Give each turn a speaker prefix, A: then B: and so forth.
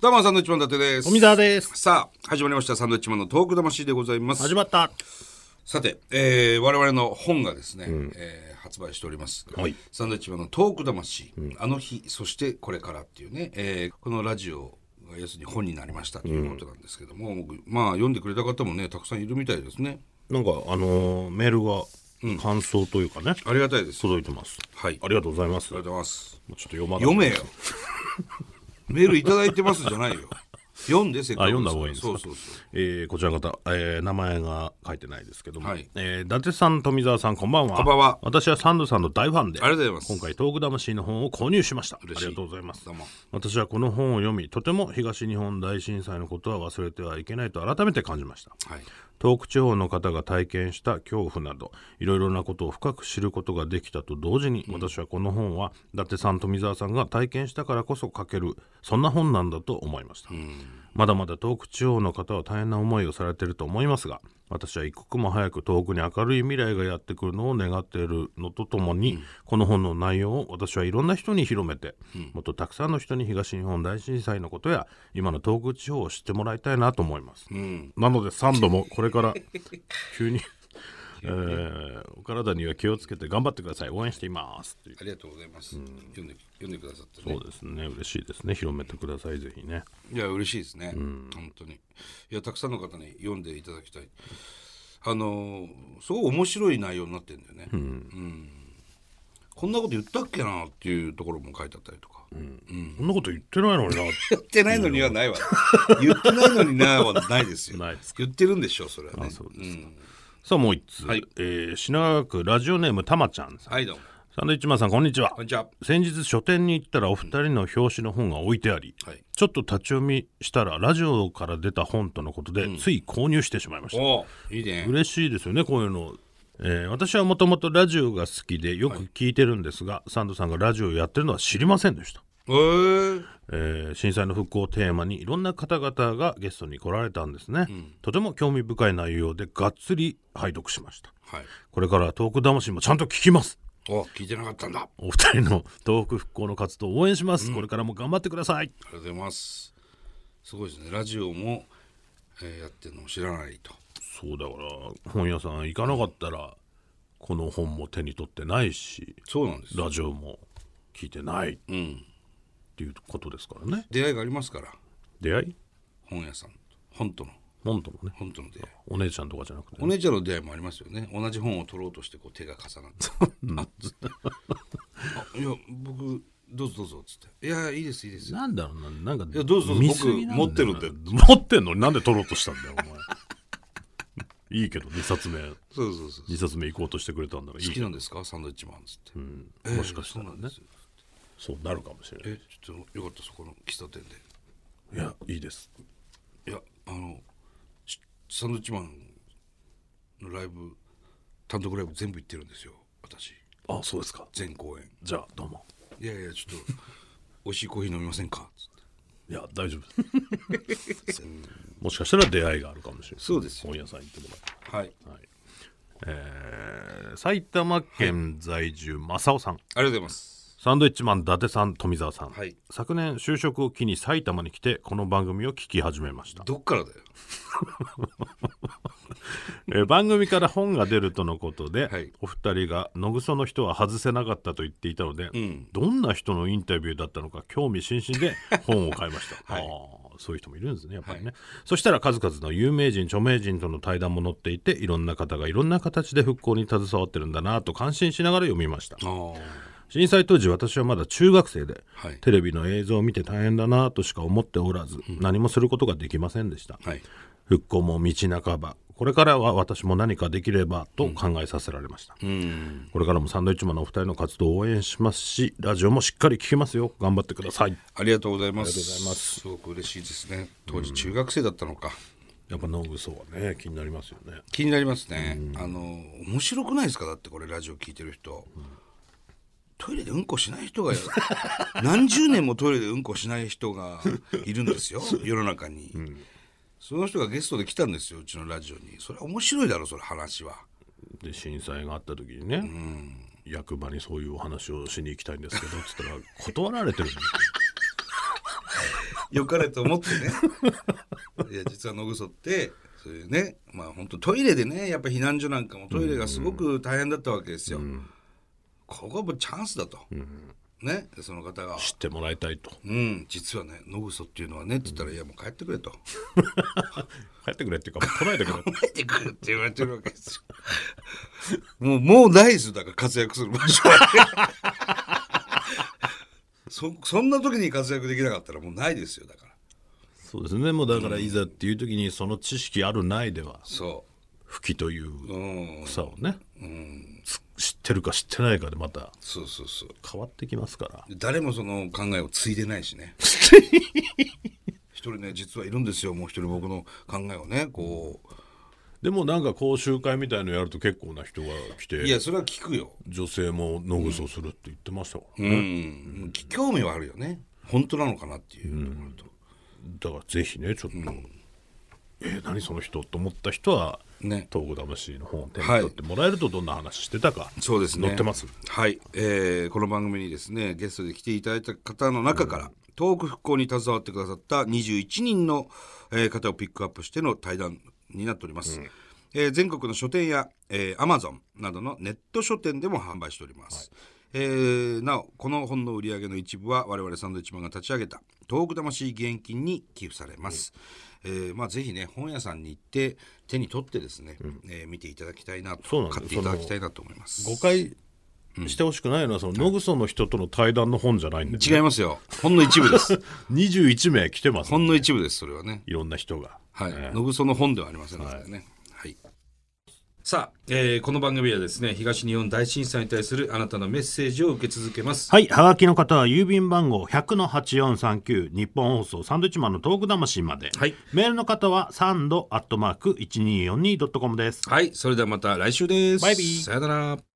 A: どうも、サンドウィッチマン伊達です。
B: 富澤です。
A: さあ、始まりました、サンドウィッチマンのトーク魂でございます。
B: 始まった。
A: さて、えー、我々の本がですね、えー発売しております、
B: はい
A: サンドウィッチマンのトーク魂、あの日、そしてこれからっていうね、えーこのラジオが要するに本になりましたということなんですけども、僕まあ、読んでくれた方もね、たくさんいるみたいですね。
B: なんか、あのーメールが、感想というかね、
A: ありがたいです。あり
B: 届いてます。
A: はい
B: ありがとうございます。ちょ
A: が
B: っ
A: とうございます。
B: と読まない
A: 読めよ。 メールいただいてますじゃないよ。読んで、せっ
B: あ読んだ方がいいんですか
A: そうそうそう。
B: えーこちらの方、えー名前が書いてないですけども、
A: はい
B: えー伊達さん、富澤さん、こんばんは。
A: こんばんは
B: 私はサンドさんの大ファンで、
A: ありがとうございます
B: 今回、トーク魂の本を購入しました。ありが
A: しい
B: とうございます
A: どうも。
B: 私はこの本を読み、とても東日本大震災のことは忘れてはいけないと改めて感じました。
A: はい。
B: 東北地方の方が体験した恐怖などいろいろなことを深く知ることができたと同時に、私はこの本は伊達さん富澤さんが体験したからこそ書けるそんな本なんだと思いました、まだまだ東北地方の方は大変な思いをされていると思いますが私は一刻も早く東北に明るい未来がやってくるのを願っているのとともに、この本の内容を私はいろんな人に広めて、もっとたくさんの人に東日本大震災のことや今の東北地方を知ってもらいたいなと思います、なので3度もこれから 急に、えーお体には気をつけて頑張ってください応援していますっていう
A: ありがとうございます。読んで、読んでくださってね。
B: そうですね嬉しいですね広めてくださいぜひね
A: いや嬉しいですね、本当にいやたくさんの方に読んでいただきたいあのーすごい面白い内容になってるんだよね、うんこんなこと言ったっけなっていうところも書いてあったりとか、
B: そんなこと言ってないのに な
A: 言ってないのにはないわ 言ってないのになはないですよ
B: ないです
A: 言ってるんでしょうそれはね
B: そうですかさあもう一つ、
A: はい
B: えー品川区ラジオネームたまちゃんさん
A: はいどうも
B: サンドイッチマンさんこんにちは
A: こんにちは
B: 先日書店に行ったらお二人の表紙の本が置いてあり、
A: はい
B: ちょっと立ち読みしたらラジオから出た本とのことで、つい購入してしまいました
A: おーいいね
B: 嬉しいですよねこういうの、えー私はもともとラジオが好きでよく聞いてるんですが、サンドさんがラジオをやってるのは知りませんでした、
A: えー、
B: えー震災の復興をテーマにいろんな方々がゲストに来られたんですね、とても興味深い内容でがっつり拝読しました
A: はい
B: これからトーク魂もちゃんと聞きます
A: お聞いてなかったんだあ
B: お二人の 東北復興の活動を応援します、これからも頑張ってください
A: りがとうございますすごいですねラジオも、えーやってるのも知らないと
B: そうだから本屋さん行かなかったらこの本も手に取ってないし
A: そうなんですよ
B: ラジオも聞いてない
A: うん
B: っていうことですからね
A: 出会いがありますから
B: 出会い
A: 本屋さんと本との
B: 本当もね
A: 本との出会い
B: お姉ちゃんとかじゃなくて
A: お姉ちゃんの出会いもありますよね同じ本を取ろうとしてこう手が重なってあつって あいや僕どうぞどうぞ」っつって「いやいいですいいです
B: なんだろうななんか
A: やどうぞ
B: 見過ぎなんだよ
A: 僕持
B: な
A: ってるんで
B: 持ってんのになんで取ろうとしたんだよお前 いいけど2冊目
A: そうそうそう
B: 2冊目行こうとしてくれたんだからい
A: 好
B: い
A: きなんですかサンドイッチマン」っつって、
B: もしかしたら
A: そうなん
B: ね
A: ですよ
B: そうなるかもしれない
A: えちょっとよかったそこの喫茶店で
B: いやいいです
A: いやあのしサンドイッチマンのライブ単独ライブ全部行ってるんですよ私
B: あそうですか
A: 全公演
B: じゃあどうも
A: 「いやいやちょっと 美味しいコーヒー飲みませんか」っつって
B: いや大丈夫もしかしたら出会いがあるかもしれない
A: そうですよ
B: 本屋さん行ってもらえ
A: はい
B: えー埼玉県在住、正雄さん
A: ありがとうございます。
B: サンドイッチマン伊達さん富澤さん、
A: はい
B: 昨年就職を機に埼玉に来てこの番組を聞き始めました、
A: どっからだよ。
B: えー番組から本が出るとのことで、
A: はい
B: お二人が野草の人は外せなかったと言っていたので、
A: ん、
B: どんな人のインタビューだったのか興味津々で本を買いまし た
A: はい
B: あーそういう人もいるんですねやっぱりね、
A: は
B: そしたら数々の有名人著名人との対談も載っていていろんな方がいろんな形で復興に携わってるんだなと感心しながら読みました
A: ああ。
B: 震災当時私はまだ中学生で、
A: はい
B: テレビの映像を見て大変だなとしか思っておらず、何もすることができませんでした、
A: はい。
B: 復興も道半ばこれからは私も何かできればと考えさせられました、
A: うん。
B: これからもサンドイッチマンのお二人の活動を応援しますしラジオもしっかり聞きますよ頑張ってください
A: ありがとうございます。。
B: ありがとうございます
A: すごく嬉しいですね。当時中学生だったのか。
B: やっぱノグソはね気になりますよね
A: 気になりますね。あの面白くないですかだってこれラジオ聞いてる人。トイレでうんこしない 人が何十年もトイレでうんこしない人がいるんですよ世の中に、その人がゲストで来たんですようちのラジオにそれは面白いだろそれ話は
B: で震災があった時にね、役場にそういうお話をしに行きたいんですけどっつったら断られてるんですよ
A: 良かれと思ってね。 いや、実は野ぐそって、そういうね、まあ本当トイレでね、やっぱ避難所なんかもトイレがすごく大変だったわけですよ。ここはもうチャンスだと。ね、その方が。
B: 知ってもらいたいと
A: うん、実はね、野ぐそっていうのはね、って言ったら、いや、もう帰ってくれと。
B: 帰ってくれっていうかもう来ないでくれ
A: 帰ってくるって言われてるわけですよ。 もう、もうないですよ。だから活躍する場所は、 そ、そんな時に活躍できなかったらもうないですよ。だから。
B: そうですねもうだからいざっていう時にその知識あるないでは
A: そ
B: 吹きという
A: う。うん。
B: 草をね、つ知ってるか知ってないかでまた
A: そうそうそう。
B: 変わってきますから
A: 誰もその考えを継いでないし ね。一人ね、実はいるんですよ。もう一人僕の考えをね、こ
B: でもなんか講習会みたいのやると結構な人が来
A: う。いや、
B: て
A: それは聞くよ。
B: 女性も野ぐそするって言ってましたから、
A: うん。興味はあるよね。本当なのかなっていうところと。
B: だからぜひねちょっと、えー何その人と思った人は、
A: ね
B: 東郷魂の本を手に
A: はい
B: 取ってもらえるとどんな話してたか、
A: そうですね。
B: 載ってます。
A: はい、えーこの番組にですね、ゲストで来ていただいた方の中から、東北復興に携わってくださった21人の、えー方をピックアップしての対談になっております。えー全国の書店や、えー、Amazon などのネット書店でも販売しております。えーなお、この本の売り上げの一部は我々サンドイッチマンが立ち上げた東北魂義援金に寄付されます。えーまあ、ぜひね、本屋さんに行って手に取ってですね、えー見ていただきたいな
B: そうな
A: と、
B: んで
A: 買って
B: す
A: いただきたいなと思います。
B: 誤解してほしくないのはその野ぐその人との対談の本じゃないんで、
A: 違いますよ。ほんの一部 です。
B: 21名来てます
A: ほんの一部です、それはね。
B: いろんな人が
A: はい。野ぐその本ではありませんのでね。はい。さあ、えーこの番組はですね、東日本大震災に対するあなたのメッセージを受け続けます。
B: はい。はがきの方は、郵便番号100-8439、日本放送、サンドイッチマンのトーク魂まで。
A: はい
B: メールの方は、サンドアットマーク 1242.com です。
A: はい、それではまた来週です。
B: バイビー
A: さよなら。